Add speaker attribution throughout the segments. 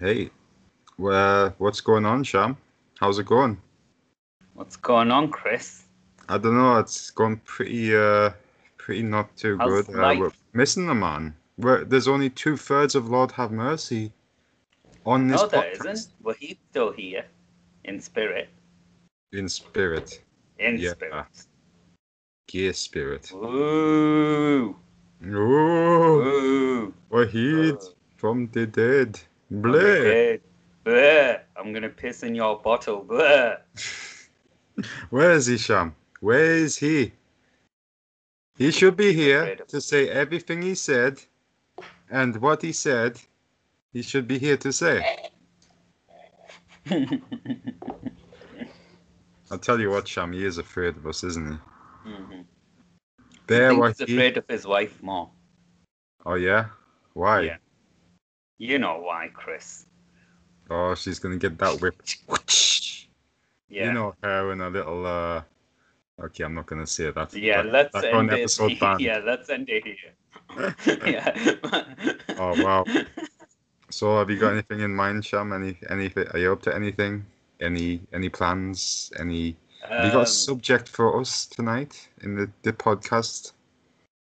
Speaker 1: Hey, uh, what's going on, Sham? How's it going?
Speaker 2: What's going on, Chris?
Speaker 1: I don't know. It's gone pretty, uh, pretty not too
Speaker 2: How's
Speaker 1: good. Uh,
Speaker 2: life?
Speaker 1: we're missing a man. We're, there's only two thirds of Lord Have Mercy on this
Speaker 2: No, Oh, there
Speaker 1: podcast
Speaker 2: isn't. Well, he's still here in spirit.
Speaker 1: in spirit,
Speaker 2: In
Speaker 1: Yeah.
Speaker 2: spirit.
Speaker 1: gear spirit.
Speaker 2: Ooh.
Speaker 1: Oh,
Speaker 2: Ooh.
Speaker 1: we're healed
Speaker 2: Oh.
Speaker 1: from the dead.
Speaker 2: I'm
Speaker 1: Bleh.
Speaker 2: dead. Bleh. I'm going to piss in your bottle. Bleh.
Speaker 1: Where is he, Sham? Where is he? He should be here
Speaker 2: afraid of-
Speaker 1: to say everything he said and what he said. He should be here to say. I'll tell you what, Sham, he is afraid of us, isn't he?
Speaker 2: Mhm. I
Speaker 1: There
Speaker 2: think
Speaker 1: was
Speaker 2: he's
Speaker 1: he.
Speaker 2: afraid of his wife more.
Speaker 1: Oh, yeah? Why?
Speaker 2: Yeah. You know why, Chris.
Speaker 1: Oh, she's going to get that whip.
Speaker 2: Yeah.
Speaker 1: You know her in a little. uh Okay, I'm not going to say that.
Speaker 2: yeah,
Speaker 1: That-
Speaker 2: let's
Speaker 1: that
Speaker 2: end
Speaker 1: one
Speaker 2: it.
Speaker 1: episode banned.
Speaker 2: Yeah, let's end it here. yeah.
Speaker 1: Oh, wow. So, have you got anything in mind, Sham? Any, any, are you up to anything? Any, any plans? Any? Have you got a
Speaker 2: Um,
Speaker 1: subject for us tonight in the, the podcast?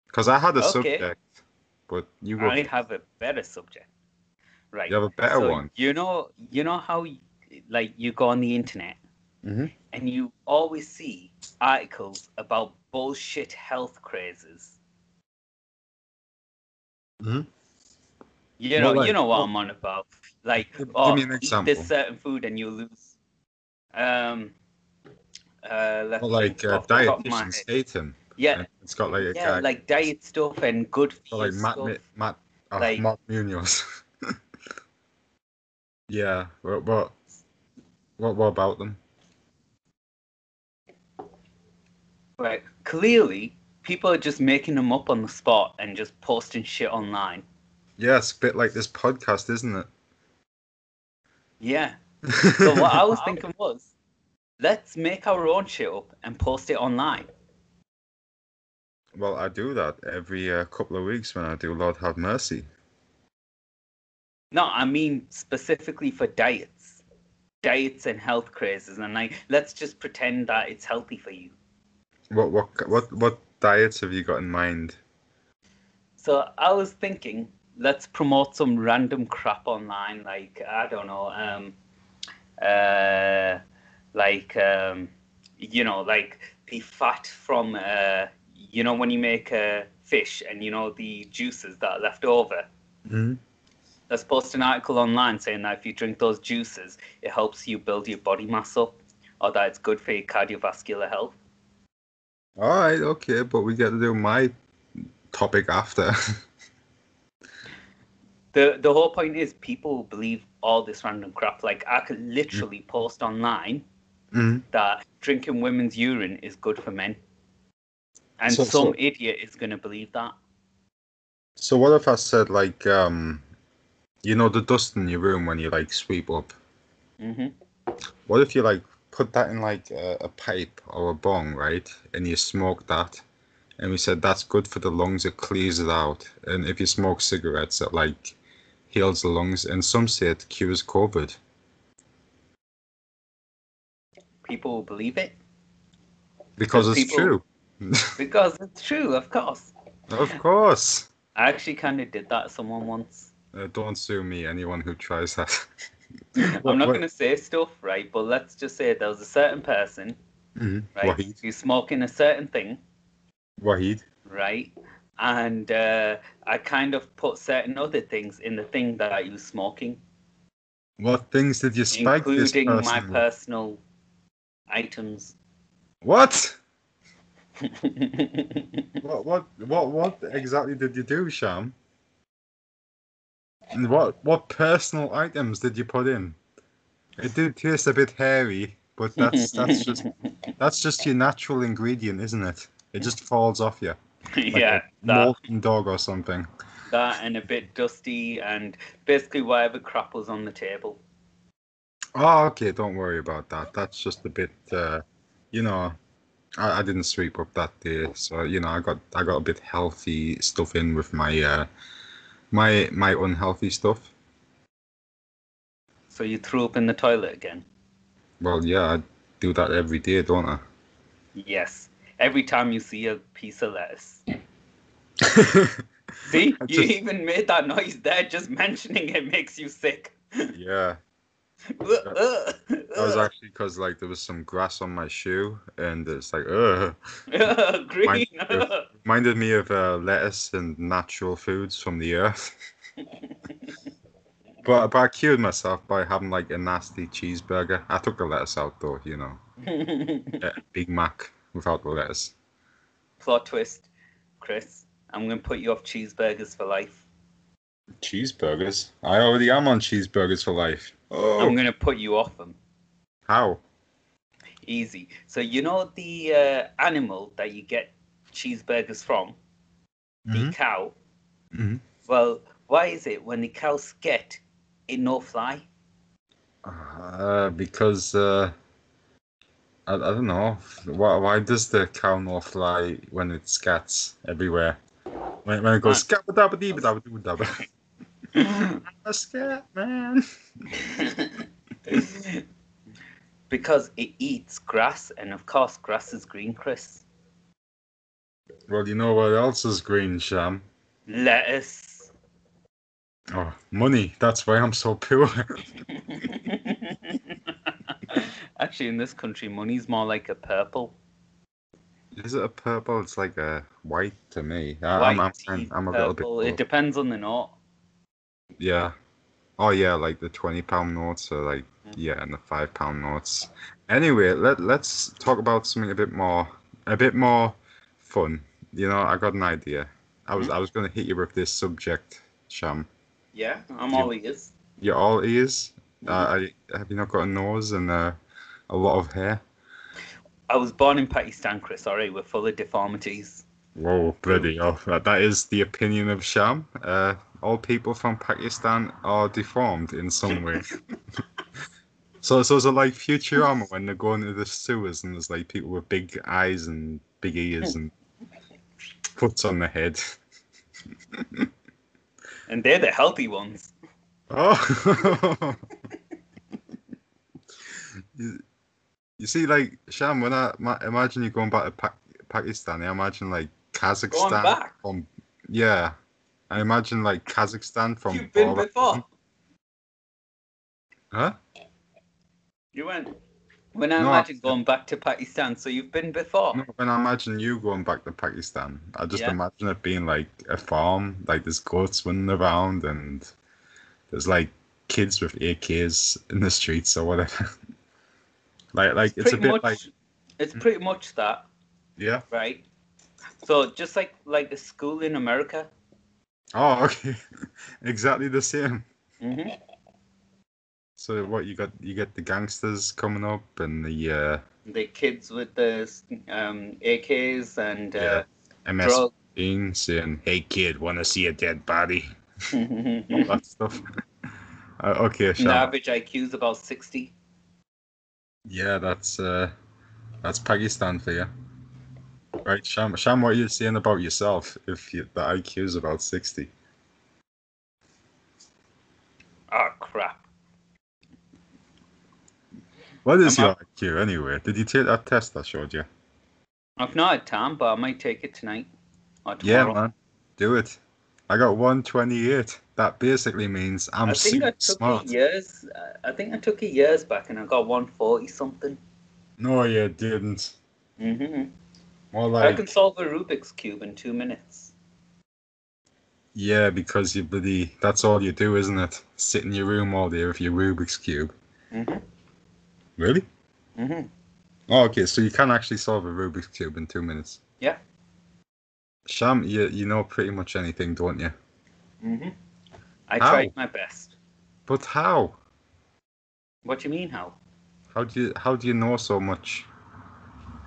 Speaker 1: Because I had a
Speaker 2: Okay.
Speaker 1: subject, but you go.
Speaker 2: Um, I have a better subject. Right.
Speaker 1: You have a better
Speaker 2: so
Speaker 1: one.
Speaker 2: You know, you know how, y- like, you go on the internet
Speaker 1: Mhm.
Speaker 2: and you always see articles about bullshit health crazes.
Speaker 1: Mhm.
Speaker 2: You know,
Speaker 1: Well, like-
Speaker 2: you know what I'm on about. Like,
Speaker 1: Give- give
Speaker 2: oh,
Speaker 1: me an
Speaker 2: eat
Speaker 1: example.
Speaker 2: this certain food and you lose. Um. Uh, let's
Speaker 1: Or like
Speaker 2: think
Speaker 1: uh,
Speaker 2: off the top of my
Speaker 1: dietitians
Speaker 2: head.
Speaker 1: hate him.
Speaker 2: Yeah,
Speaker 1: And It's got like a
Speaker 2: yeah,
Speaker 1: guy, like,
Speaker 2: like diet stuff and good for you
Speaker 1: Matt,
Speaker 2: stuff.
Speaker 1: Mi- Matt, uh,
Speaker 2: like-
Speaker 1: Matt Munoz. yeah. What, what, what, what about them?
Speaker 2: Right. Clearly, people are just making them up on the spot and just posting shit online.
Speaker 1: Yeah, it's a bit like this podcast, isn't it?
Speaker 2: Yeah. So what I was thinking was, let's make our own shit up and post it online.
Speaker 1: well, I do that every uh, couple of weeks when I do Lord Have Mercy.
Speaker 2: No, I mean specifically for diets. Diets and health crazes and like let's just pretend that it's healthy for you.
Speaker 1: What, what, what, what diets have you got in mind?
Speaker 2: So I was thinking, let's promote some random crap online, like I don't know, um, uh, like um, you know, like the fat from uh, you know when you make uh, fish and you know the juices that are left over.
Speaker 1: Mm-hmm.
Speaker 2: Let's post an article online saying that if you drink those juices, it helps you build your body mass up, or that it's good for your cardiovascular health.
Speaker 1: All right, okay, but we got to do my topic after.
Speaker 2: the the whole point is people believe all this random crap. Like I could literally
Speaker 1: Mm.
Speaker 2: post online Mm-hmm.
Speaker 1: Mhm.
Speaker 2: that drinking women's urine is good for men, and
Speaker 1: So-
Speaker 2: some
Speaker 1: so-
Speaker 2: idiot is going to believe that.
Speaker 1: So what if I said like, um, you know, the dust in your room when you like sweep up?
Speaker 2: hmm
Speaker 1: What if you like put that in like a, a pipe or a bong, right? And you smoke that, and we said that's good for the lungs. It clears it out, and if you smoke cigarettes, it like heals the lungs, and some say it cures COVID.
Speaker 2: People will believe it
Speaker 1: Because
Speaker 2: Because
Speaker 1: it's
Speaker 2: people- because it's true, of course.
Speaker 1: true, of course.
Speaker 2: I actually kind of did that to someone once.
Speaker 1: Uh, don't sue me, anyone who tries that.
Speaker 2: I'm not
Speaker 1: what-
Speaker 2: going to say stuff, right? But let's just say there was a certain person,
Speaker 1: Mhm.
Speaker 2: right,
Speaker 1: Wahid,
Speaker 2: who's smoking a certain thing,
Speaker 1: Wahid.
Speaker 2: right? And uh, I kind of put certain other things in the thing that you was smoking,
Speaker 1: What things did you spike this
Speaker 2: including
Speaker 1: person?
Speaker 2: my
Speaker 1: with?
Speaker 2: personal items.
Speaker 1: what?
Speaker 2: I
Speaker 1: What what what what exactly did you do, Sham? And what what personal items did you put in? It did taste a bit hairy, but that's that's just that's just your natural ingredient, isn't it? It just falls off you. Like
Speaker 2: yeah,
Speaker 1: a
Speaker 2: that,
Speaker 1: molten dog or something.
Speaker 2: that and a bit dusty and basically whatever crap was on the table.
Speaker 1: Oh, okay, don't worry about that. That's just a bit uh you know I, I didn't sweep up that day, so you know, I got I got a bit healthy stuff in with my uh my my unhealthy stuff.
Speaker 2: So you threw up in the toilet again?
Speaker 1: Well, yeah, I do that every day, don't I?
Speaker 2: Yes. Every time you see a piece of lettuce. See,
Speaker 1: I
Speaker 2: you
Speaker 1: just-
Speaker 2: even made that noise there. Just mentioning it makes you sick.
Speaker 1: yeah.
Speaker 2: that
Speaker 1: That was actually because like there was some grass on my shoe, and it's like, ugh.
Speaker 2: green.
Speaker 1: my- Reminded me of uh, lettuce and natural foods from the earth. but, but I cured myself by having like a nasty cheeseburger. I took the lettuce out though, you know, a Big Mac without the lettuce.
Speaker 2: Plot twist, Chris. I'm gonna put you off cheeseburgers for life.
Speaker 1: Cheeseburgers? I already am on cheeseburgers for life. Oh,
Speaker 2: I'm gonna put you off them.
Speaker 1: how?
Speaker 2: Easy. So you know the uh, animal that you get cheeseburgers from, the
Speaker 1: Mhm.
Speaker 2: cow.
Speaker 1: Mhm.
Speaker 2: Well, why is it when the cows get it no fly?
Speaker 1: Uh, because uh, I, I don't know. Why, why does the cow not fly when it scats everywhere? When, when it goes scabba dabba dee dabba doo dabba. A scat man.
Speaker 2: because it eats grass, and of course, grass is green, Chris.
Speaker 1: Well, you know what else is green, Sham?
Speaker 2: Lettuce.
Speaker 1: Oh, money. That's why I'm so poor.
Speaker 2: Actually, in this country, money's more like a purple.
Speaker 1: is it a purple? It's like a white to me. I,
Speaker 2: White
Speaker 1: Uh, I'm, I'm,
Speaker 2: tea,
Speaker 1: I'm a little bit.
Speaker 2: purple. It
Speaker 1: poor.
Speaker 2: depends on the note.
Speaker 1: Yeah. Oh yeah, like the twenty pound notes or like yeah, and the five pound notes. Anyway, let let's talk about something a bit more a bit more fun. You know, I got an idea. I was I was gonna hit you with this subject, Sham.
Speaker 2: Yeah, I'm
Speaker 1: You-
Speaker 2: all ears.
Speaker 1: You're all ears. Uh, I, have you not got a nose and uh, a lot of hair?
Speaker 2: I was born in Pakistan, Chris. Sorry, we're full of deformities.
Speaker 1: Whoa, bloody hell. That, that is the opinion of Sham. Uh, all people from Pakistan are deformed in some way. so, so is it like Futurama when they're going to the sewers and there's like people with big eyes and big ears and puts on the head?
Speaker 2: And they're the healthy ones.
Speaker 1: Oh! you, you see, like, Sham, when I ma- imagine you going back to Pak Pakistan, I imagine like Kazakhstan.
Speaker 2: Going back.
Speaker 1: from yeah i imagine like kazakhstan from
Speaker 2: You've been
Speaker 1: Bora-
Speaker 2: before.
Speaker 1: huh
Speaker 2: You went. When I
Speaker 1: No,
Speaker 2: imagine
Speaker 1: I-
Speaker 2: going back to Pakistan, so you've been before.
Speaker 1: no, when i imagine you going back to pakistan i just
Speaker 2: Yeah.
Speaker 1: imagine it being like a farm like there's goats running around and there's like kids with ak's in the streets or whatever like like it's, a bit
Speaker 2: pretty much,
Speaker 1: like Hmm?
Speaker 2: It's pretty much that,
Speaker 1: yeah
Speaker 2: right? So just like like a school in America.
Speaker 1: oh okay exactly the same
Speaker 2: hmm
Speaker 1: Mm-hmm. so what you got you get the gangsters coming up and the uh
Speaker 2: The kids with the um, AKs and uh,
Speaker 1: ms Dean saying hey kid want to see a dead body
Speaker 2: drugs.
Speaker 1: all that stuff. Uh, okay,
Speaker 2: An
Speaker 1: Sean.
Speaker 2: average IQ's about 60.
Speaker 1: Yeah, that's uh, that's Pakistan for you. Right, Sham, Sham, what are you saying about yourself if you, the IQ is about 60?
Speaker 2: Oh, crap.
Speaker 1: What is
Speaker 2: I'm
Speaker 1: your IQ anyway? Did you take that test I showed you?
Speaker 2: I've not had time, but I might take it tonight or
Speaker 1: Yeah,
Speaker 2: tomorrow.
Speaker 1: man. Do it. I got 128. That basically means I'm
Speaker 2: I think
Speaker 1: super
Speaker 2: I took
Speaker 1: smart.
Speaker 2: it years. uh, I think I took it years back, and I got 140 something.
Speaker 1: No, you didn't.
Speaker 2: hmm
Speaker 1: More
Speaker 2: I
Speaker 1: like,
Speaker 2: can solve a Rubik's cube in two minutes.
Speaker 1: yeah, because you bloody, that's all you do, isn't it? Sit in your room all day with your Rubik's Cube.
Speaker 2: Mhm.
Speaker 1: Really?
Speaker 2: hmm
Speaker 1: Oh, okay. So you can actually solve a Rubik's cube in two minutes.
Speaker 2: Yeah.
Speaker 1: Sham, you you know pretty much anything, don't you?
Speaker 2: hmm I
Speaker 1: How?
Speaker 2: tried my best.
Speaker 1: But how?
Speaker 2: What do you mean how?
Speaker 1: How do you how do you know so much?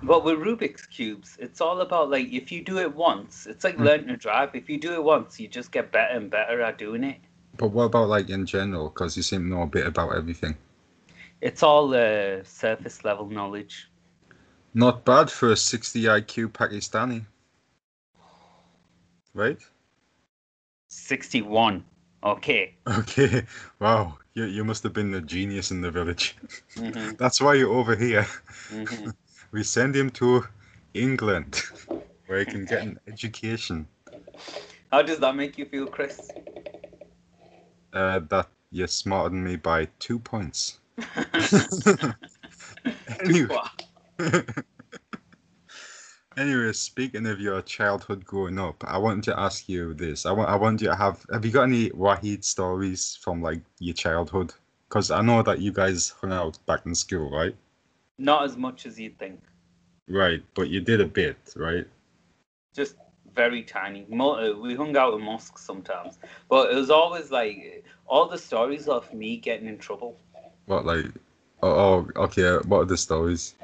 Speaker 2: But with Rubik's cubes, it's all about like if you do it once, it's like
Speaker 1: Mm.
Speaker 2: learning to drive. If you do it once, you just get better and better at doing it.
Speaker 1: But what about like in general? Because you seem to know a bit about everything.
Speaker 2: It's all uh, surface level knowledge.
Speaker 1: Not bad for a 60 IQ Pakistani. Right?
Speaker 2: 61 Okay.
Speaker 1: Okay. Wow. You, you must have been the genius in the village.
Speaker 2: hmm
Speaker 1: That's why you're over here.
Speaker 2: hmm
Speaker 1: We send him to England where he can get an education.
Speaker 2: How does that make you feel, Chris?
Speaker 1: Uh, that you smartened me by two points.
Speaker 2: Too
Speaker 1: anyway,
Speaker 2: far.
Speaker 1: anyway, speaking of your childhood growing up, I wanted to ask you this. I want I want you to have have you got any Wahid stories from like your childhood? Because I know that you guys hung out back in school, right?
Speaker 2: Not as much as you'd think.
Speaker 1: Right, but you did a bit, right?
Speaker 2: just very tiny. Mo- uh, we hung out in mosques sometimes, but it was always like all the stories of me getting in trouble.
Speaker 1: What like? Oh, oh okay. What are the stories?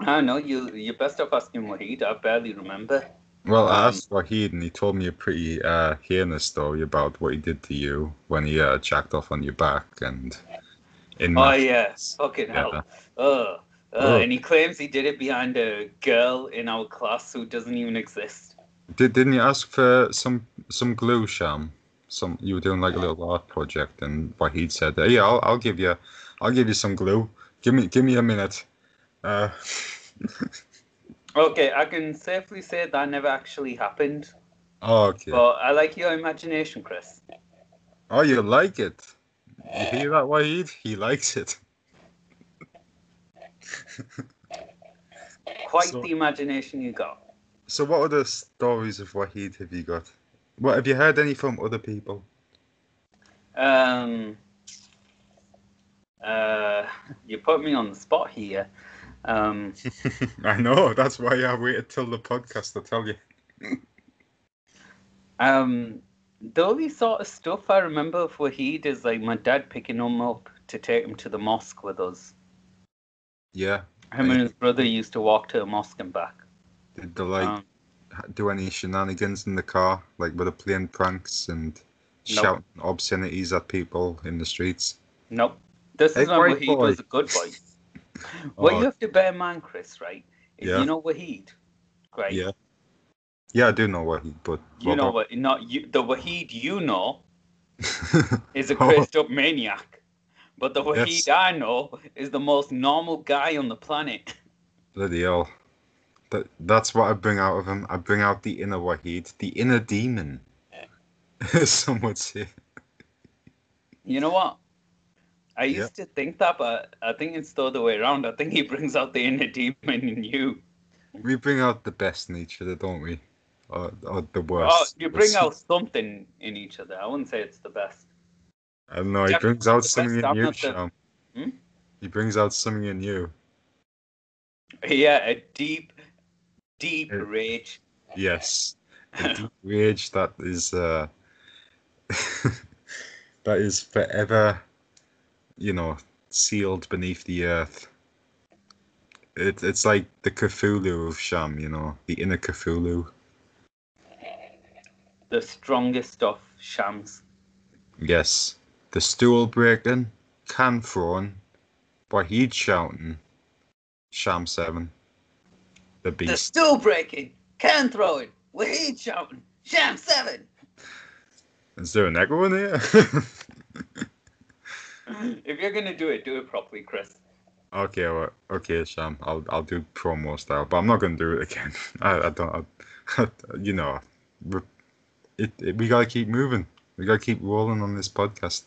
Speaker 2: I don't know. You you're best off asking Wahid. I barely remember.
Speaker 1: Well, I
Speaker 2: Um,
Speaker 1: asked Wahid, and he told me a pretty uh, heinous story about what he did to you when he uh, jacked off on your back and in
Speaker 2: Oh
Speaker 1: my
Speaker 2: yeah, fucking hell. Ugh.
Speaker 1: Oh.
Speaker 2: Ugh. And he claims he did it behind a girl in our class who doesn't even exist.
Speaker 1: Did, didn't you ask for some some glue, Sham? Some you were doing like a little art project, and Wahid said, "Yeah, I'll, I'll give you, I'll give you some glue. Give me give me a minute." Uh,
Speaker 2: Okay, I can safely say that never actually happened.
Speaker 1: oh, okay.
Speaker 2: But I like your imagination, Chris.
Speaker 1: Oh, you like it? You hear that, Wahid? He likes it.
Speaker 2: Quite
Speaker 1: So-
Speaker 2: the imagination you got.
Speaker 1: So, what other stories of Wahid have you got? What have you heard any from other people?
Speaker 2: Um, uh, you put me on the spot here. Um,
Speaker 1: I know. That's why I waited till the podcast to tell you.
Speaker 2: um, the only sort of stuff I remember of Wahid is like my dad picking him up to take him to the mosque with us.
Speaker 1: Yeah.
Speaker 2: Him and his brother used to walk to the mosque and back.
Speaker 1: Did they like
Speaker 2: Um,
Speaker 1: do any shenanigans in the car, like were they playing pranks and
Speaker 2: No.
Speaker 1: shouting obscenities at people in the streets?
Speaker 2: nope. This
Speaker 1: Hey,
Speaker 2: is when
Speaker 1: great
Speaker 2: Wahid
Speaker 1: boy.
Speaker 2: was a good boy. what
Speaker 1: Oh,
Speaker 2: you have to bear in mind, Chris, right? Is
Speaker 1: Yeah.
Speaker 2: you know Wahid, right?
Speaker 1: Yeah. Yeah, I do know what he, but
Speaker 2: You know what? Not you. The Wahid you know
Speaker 1: what?
Speaker 2: is a
Speaker 1: Oh.
Speaker 2: crazed up maniac. But the Wahid
Speaker 1: Yes.
Speaker 2: I know is the most normal guy on the planet.
Speaker 1: Bloody hell. That, that's what I bring out of him. I bring out the inner Wahid, the inner demon, as some would say.
Speaker 2: You know what? I
Speaker 1: Yeah.
Speaker 2: used to think that, but I think it's the other way around. I think he brings out the inner demon in you.
Speaker 1: We bring out the best in each other, don't we? Or, or the worst.
Speaker 2: Oh, you bring out something in each other. I wouldn't say it's the best.
Speaker 1: I don't know. He
Speaker 2: Jack-
Speaker 1: brings out
Speaker 2: the
Speaker 1: something
Speaker 2: best
Speaker 1: in you,
Speaker 2: outlet that-
Speaker 1: Sham.
Speaker 2: Hmm?
Speaker 1: He brings out something in you.
Speaker 2: Yeah, a deep, deep
Speaker 1: Uh,
Speaker 2: rage.
Speaker 1: Yes, a deep rage that is uh, that is forever, you know, sealed beneath the earth. It, it's like the Cthulhu of Sham, you know, the inner Cthulhu.
Speaker 2: The strongest of shams.
Speaker 1: Yes, the stool breaking, can thrown, Wahid shouting, Sham Seven, the
Speaker 2: The
Speaker 1: beast.
Speaker 2: stool breaking, can throwing, Wahid shouting, sham seven.
Speaker 1: Is there an echo in here?
Speaker 2: If you're gonna do it, do it properly, Chris.
Speaker 1: Okay, well, okay, Sham. I'll I'll do promo style, but I'm not gonna do it again. I, I don't. I, you know, we- it, it, we gotta keep moving. We gotta keep rolling on this podcast.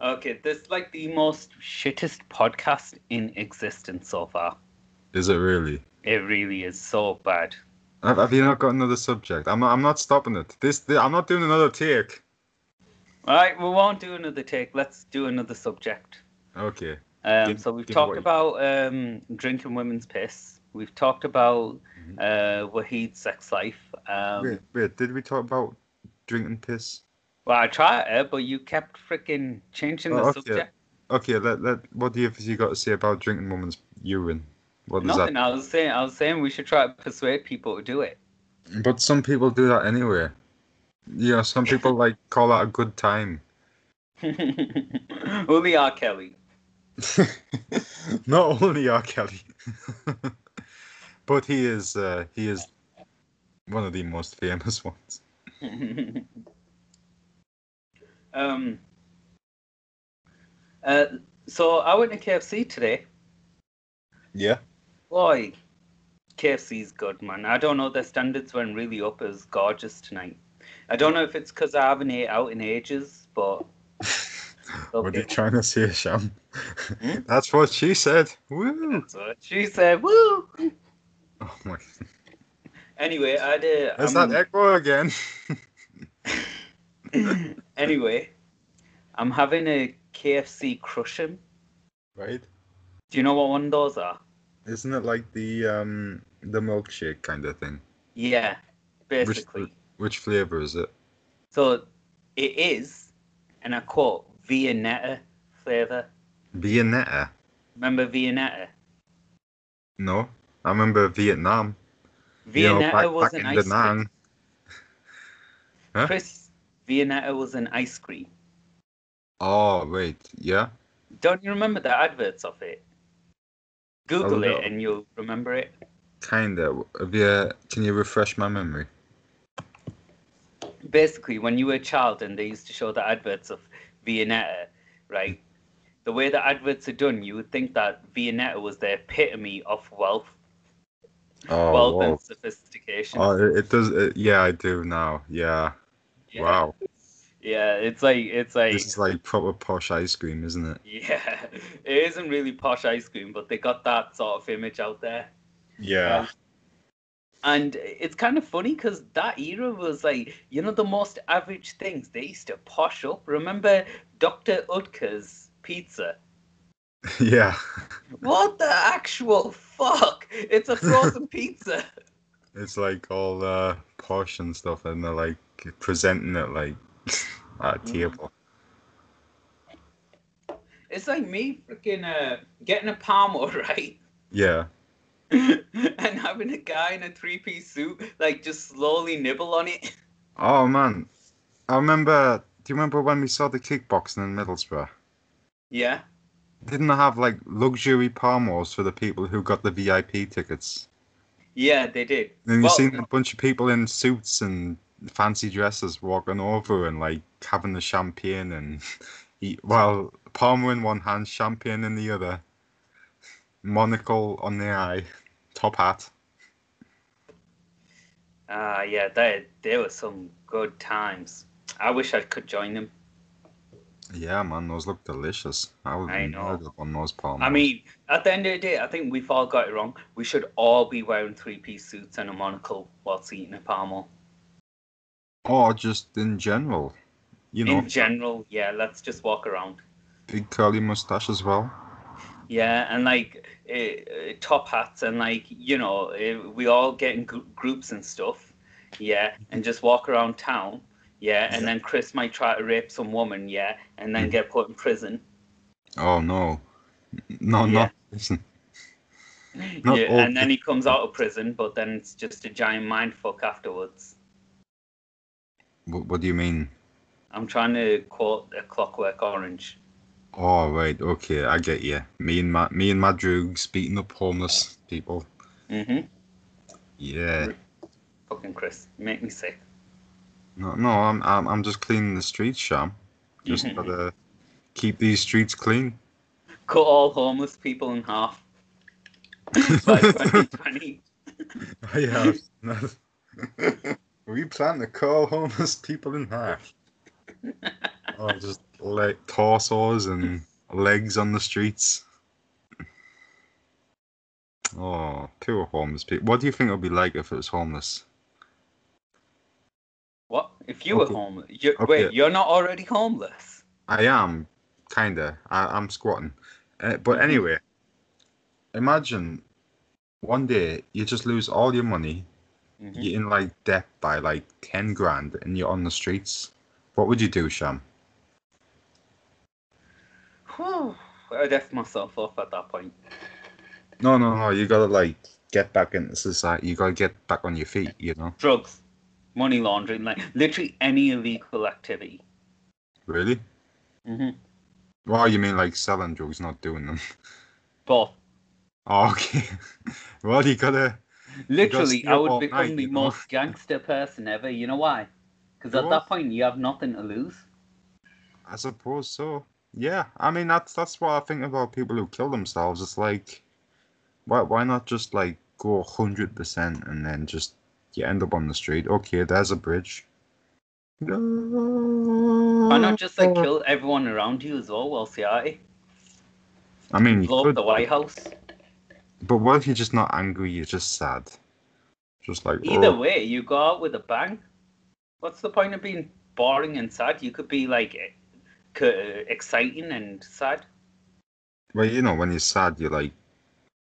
Speaker 2: Okay, this is like the most shittest podcast in existence so far.
Speaker 1: Is it really?
Speaker 2: It really is so bad.
Speaker 1: Have, have you not got another subject? I'm not, I'm not stopping it. This, thi- I'm not doing another take.
Speaker 2: All right, we won't do another take. Let's do another subject.
Speaker 1: Okay.
Speaker 2: Um,
Speaker 1: Give-
Speaker 2: so we've
Speaker 1: give
Speaker 2: talked
Speaker 1: away.
Speaker 2: about um, drinking women's piss. We've talked about
Speaker 1: Mhm.
Speaker 2: uh, Wahid's sex life. Um,
Speaker 1: wait, wait. Did we talk about drinking piss?
Speaker 2: Well, I tried it, but you kept freaking changing the
Speaker 1: Oh, okay.
Speaker 2: subject.
Speaker 1: Okay. Let let. What do you have you got to say about drinking woman's urine? What is
Speaker 2: Nothing. I was saying. I was saying we should try to persuade people to do it.
Speaker 1: that? But some people do that anyway. You know, some people like call that a good time.
Speaker 2: Only R. Kelly.
Speaker 1: Not only R. Kelly, but he is uh, he is one of the most famous ones.
Speaker 2: Um, uh, so I went to KFC today.
Speaker 1: Yeah.
Speaker 2: Boy, KFC's good, man. I don't know. Their standards went really up. It was gorgeous tonight. I don't know if it's because I haven't ate out in ages, but.
Speaker 1: What are you
Speaker 2: Okay, Hmm?
Speaker 1: trying to say, Sham? That's what she said. Woo!
Speaker 2: that's what she said. Woo!
Speaker 1: Oh
Speaker 2: Um,
Speaker 1: my.
Speaker 2: Anyway, I did.
Speaker 1: Is that echo again?
Speaker 2: anyway, I'm having a KFC crushing.
Speaker 1: Right?
Speaker 2: Do you know what one of those are?
Speaker 1: Isn't it like the um the milkshake kind of thing?
Speaker 2: Yeah, basically.
Speaker 1: Which flavor is it?
Speaker 2: So it is, and I quote, Viennetta flavour.
Speaker 1: Viennetta?
Speaker 2: Remember Viennetta?
Speaker 1: No, I remember Vietnam. You know,
Speaker 2: Viennetta was an ice cream.
Speaker 1: Danang. Huh?
Speaker 2: Chris, Viennetta was an ice cream.
Speaker 1: Oh wait, yeah.
Speaker 2: Don't you remember the adverts of it? Google
Speaker 1: little.
Speaker 2: it and you'll remember it.
Speaker 1: Kinda. Have you, can you refresh my memory?
Speaker 2: basically when you were a child and they used to show the adverts of Viennetta, right? The way the adverts are done, you would think that Viennetta was the epitome of wealth,
Speaker 1: Oh,
Speaker 2: wealth
Speaker 1: whoa.
Speaker 2: and sophistication.
Speaker 1: oh it, it does. It, yeah, I do now. Yeah.
Speaker 2: yeah.
Speaker 1: Wow.
Speaker 2: Yeah, it's like it's like
Speaker 1: This is like proper posh ice cream, isn't it?
Speaker 2: yeah, it isn't really posh ice cream, but they got that sort of image out there.
Speaker 1: Yeah.
Speaker 2: And it's kind of funny because that era was like, you know, the most average things they used to posh up. Remember Dr. Utka's pizza?
Speaker 1: yeah.
Speaker 2: What the actual fuck? It's a frozen pizza.
Speaker 1: It's like all uh, posh and stuff, and they're like presenting it like at a
Speaker 2: Mm.
Speaker 1: table.
Speaker 2: It's like me freaking uh, getting a palmo, right?
Speaker 1: Yeah.
Speaker 2: and having a guy in a three piece suit, like, just slowly nibble on it.
Speaker 1: Oh man, I remember. Do you remember when we saw the kickboxing in Middlesbrough?
Speaker 2: Yeah.
Speaker 1: Didn't they have like luxury palmos for the people who got the VIP tickets?
Speaker 2: Yeah, they did.
Speaker 1: Then you
Speaker 2: Well,
Speaker 1: seen a bunch of people in suits and fancy dresses walking over and like having the champagne and eat, well, Palmer in one hand, champagne in the other, monocle on the eye, top hat.
Speaker 2: Ah, yeah, they, they were some good times. I wish I could join them.
Speaker 1: Yeah, man, those look delicious. I would
Speaker 2: I
Speaker 1: be
Speaker 2: know.
Speaker 1: mad up on those Palmos.
Speaker 2: I mean, at the end of the day, I think we've all got it wrong. We should all be wearing three piece suits and a monocle whilst eating a palmo.
Speaker 1: or just in general, you know,
Speaker 2: In general, yeah, let's just walk around.
Speaker 1: big curly mustache as well.
Speaker 2: Yeah, and like uh, uh, top hats, and like you know, uh, we all get in gr- groups and stuff. Yeah, and just walk around town. Yeah, and then Chris might try to rape some woman. Yeah, and
Speaker 1: Mm.
Speaker 2: then get put in prison.
Speaker 1: Oh no, no,
Speaker 2: Yeah.
Speaker 1: not listen. Not
Speaker 2: yeah,
Speaker 1: all
Speaker 2: and then he comes out of prison, but then it's just a giant mind fuck afterwards.
Speaker 1: What, what do you mean?
Speaker 2: I'm trying to quote a Clockwork Orange.
Speaker 1: Oh right, okay, I get you. Me and my me and my droogs beating up homeless people. Mm-hmm.
Speaker 2: Mhm.
Speaker 1: Yeah.
Speaker 2: Fucking Chris, make me sick.
Speaker 1: No, no, I'm I'm I'm just cleaning the streets, Sham. Just
Speaker 2: Mm-hmm.
Speaker 1: gotta keep these streets clean.
Speaker 2: Cut all homeless people in half by 2020.
Speaker 1: yeah. we plan to call homeless people in half. oh, just like torsos and legs on the streets. Oh, poor homeless people. What do you think it would be like if it was homeless?
Speaker 2: What? If you were
Speaker 1: Okay.
Speaker 2: homeless? You're,
Speaker 1: Okay.
Speaker 2: Wait, you're not already homeless?
Speaker 1: I am, kinda. I, I'm squatting. Uh, but
Speaker 2: Mhm.
Speaker 1: anyway, imagine one day you just lose all your money.
Speaker 2: Mhm.
Speaker 1: You're in like debt by like ten grand, and you're on the streets. What would you do, Sham?
Speaker 2: Whew, I'd F myself off at that point.
Speaker 1: No, no, no. You gotta like get back into society. You gotta get back on your feet. You know,
Speaker 2: Drugs, money laundering, like literally any illegal activity.
Speaker 1: really.
Speaker 2: Mm-hmm.
Speaker 1: Well, you mean like selling drugs, not doing them?
Speaker 2: But
Speaker 1: Oh, okay. well, you gotta.
Speaker 2: literally,
Speaker 1: steal
Speaker 2: I would
Speaker 1: all
Speaker 2: become
Speaker 1: night,
Speaker 2: the
Speaker 1: you know?
Speaker 2: most gangster person ever. You know why? Because
Speaker 1: Go
Speaker 2: at
Speaker 1: on.
Speaker 2: that point, you have nothing to lose.
Speaker 1: I suppose so. Yeah, I mean that's that's what I think about people who kill themselves. It's like, why why not just like go hundred percent and then just you end up on the street? Okay, there's a bridge.
Speaker 2: Why not just like kill everyone around you as well whilst you're at it?
Speaker 1: I mean, you
Speaker 2: Blow up
Speaker 1: could,
Speaker 2: the White House.
Speaker 1: but what if you're just not angry? You're just sad. Just like
Speaker 2: Either
Speaker 1: oh,
Speaker 2: way, you go out with a bang. What's the point of being boring and sad? You could be like e- c- exciting and sad.
Speaker 1: well, you know, when you're sad, you're like,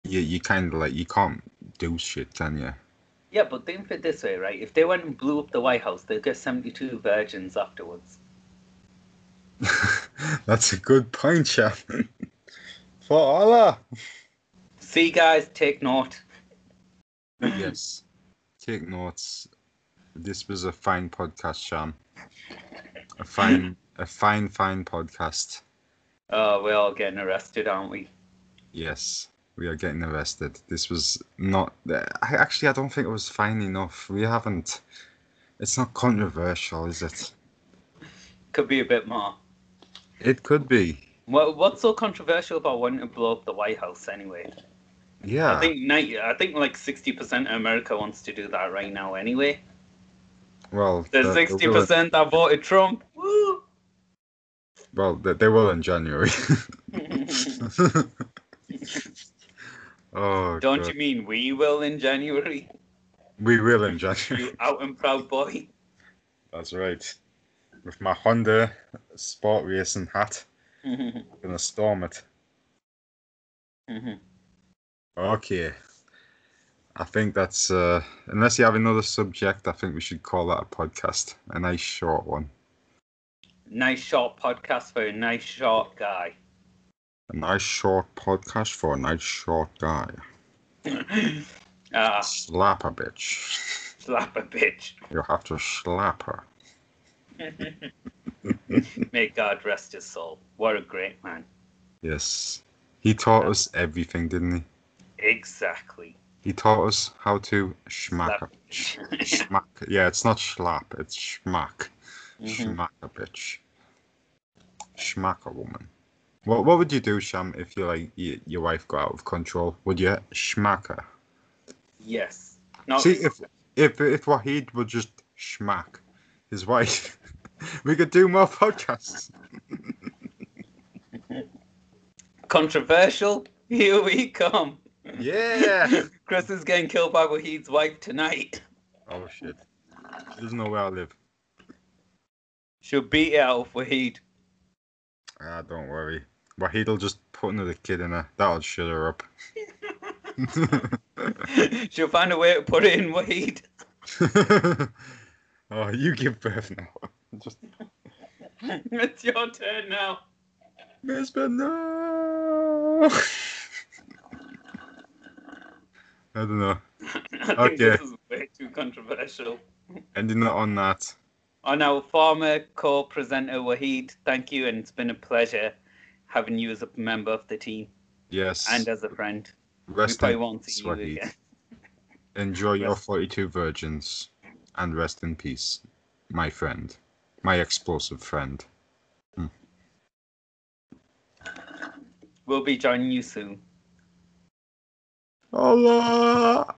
Speaker 1: you you kind of like you can't do shit, can you?
Speaker 2: Yeah, but think of it this way, right? If they went and blew up the White House, they'd get 72 virgins afterwards.
Speaker 1: That's a good point, chap. For Allah.
Speaker 2: See, guys, take note.
Speaker 1: Yes. Take notes. This was a fine podcast, Sean. A fine, a fine, fine podcast.
Speaker 2: Oh, we're all getting arrested, aren't we?
Speaker 1: Yes, we are getting arrested. This was not. I actually, I don't think it was fine enough. We haven't. It's not controversial, is it?
Speaker 2: Could be a bit more.
Speaker 1: It could be.
Speaker 2: What, what's so controversial about wanting to blow up the White House anyway? I
Speaker 1: Yeah.
Speaker 2: think ni- I think like 60% of America wants to do that right now anyway.
Speaker 1: Well, they-
Speaker 2: The
Speaker 1: they will-
Speaker 2: 60% that voted Trump. Woo!
Speaker 1: Well, they they will in January. oh,
Speaker 2: Don't
Speaker 1: God.
Speaker 2: you mean we will in January?
Speaker 1: We will in January.
Speaker 2: You out and proud boy.
Speaker 1: That's right. With my Honda sport racing hat, I'm gonna storm it. Okay. I think that's uh, unless you have another subject, I think we should call that a podcast. A nice short one.
Speaker 2: nice short podcast for a nice short guy.
Speaker 1: A nice short podcast for a nice short guy.
Speaker 2: Ah,
Speaker 1: Slap a bitch.
Speaker 2: slap a bitch.
Speaker 1: You'll have to slap her.
Speaker 2: May God rest his soul. What a great man.
Speaker 1: Yes. He taught us everything, didn't he?
Speaker 2: Exactly.
Speaker 1: He taught us how to schmack a
Speaker 2: Slap.
Speaker 1: bitch. schmack. Yeah, it's not schlap, it's schmack.
Speaker 2: Mhm.
Speaker 1: Schmack a bitch. Schmack a woman. What what would you do, Sham, if you like y- your wife got out of control? Would you schmack her?
Speaker 2: Yes. Not
Speaker 1: See if if if Wahid would just schmack his wife, we could do more podcasts.
Speaker 2: controversial. Here we come.
Speaker 1: Yeah.
Speaker 2: Chris is getting killed by Wahid's wife tonight.
Speaker 1: oh shit. She doesn't know where I live.
Speaker 2: She'll beat it out of Wahid.
Speaker 1: Ah, don't worry. Wahid'll just put another kid in her. That'll shut her up.
Speaker 2: She'll find a way to put it in Wahid.
Speaker 1: oh, you give birth now. Just
Speaker 2: it's your turn now.
Speaker 1: Mister No. I don't know.
Speaker 2: I think
Speaker 1: Okay.
Speaker 2: this is way too controversial.
Speaker 1: Ending it on that.
Speaker 2: On our former co-presenter Wahid, thank you, and it's been a pleasure having you as a member of the team
Speaker 1: Yes.
Speaker 2: and as a friend. We
Speaker 1: rest
Speaker 2: probably
Speaker 1: in
Speaker 2: won't
Speaker 1: peace,
Speaker 2: see you
Speaker 1: Wahid.
Speaker 2: again.
Speaker 1: Enjoy your
Speaker 2: Rest-
Speaker 1: 42 virgins and rest in peace, my friend. My explosive friend.
Speaker 2: We'll be joining you soon.
Speaker 1: Allah!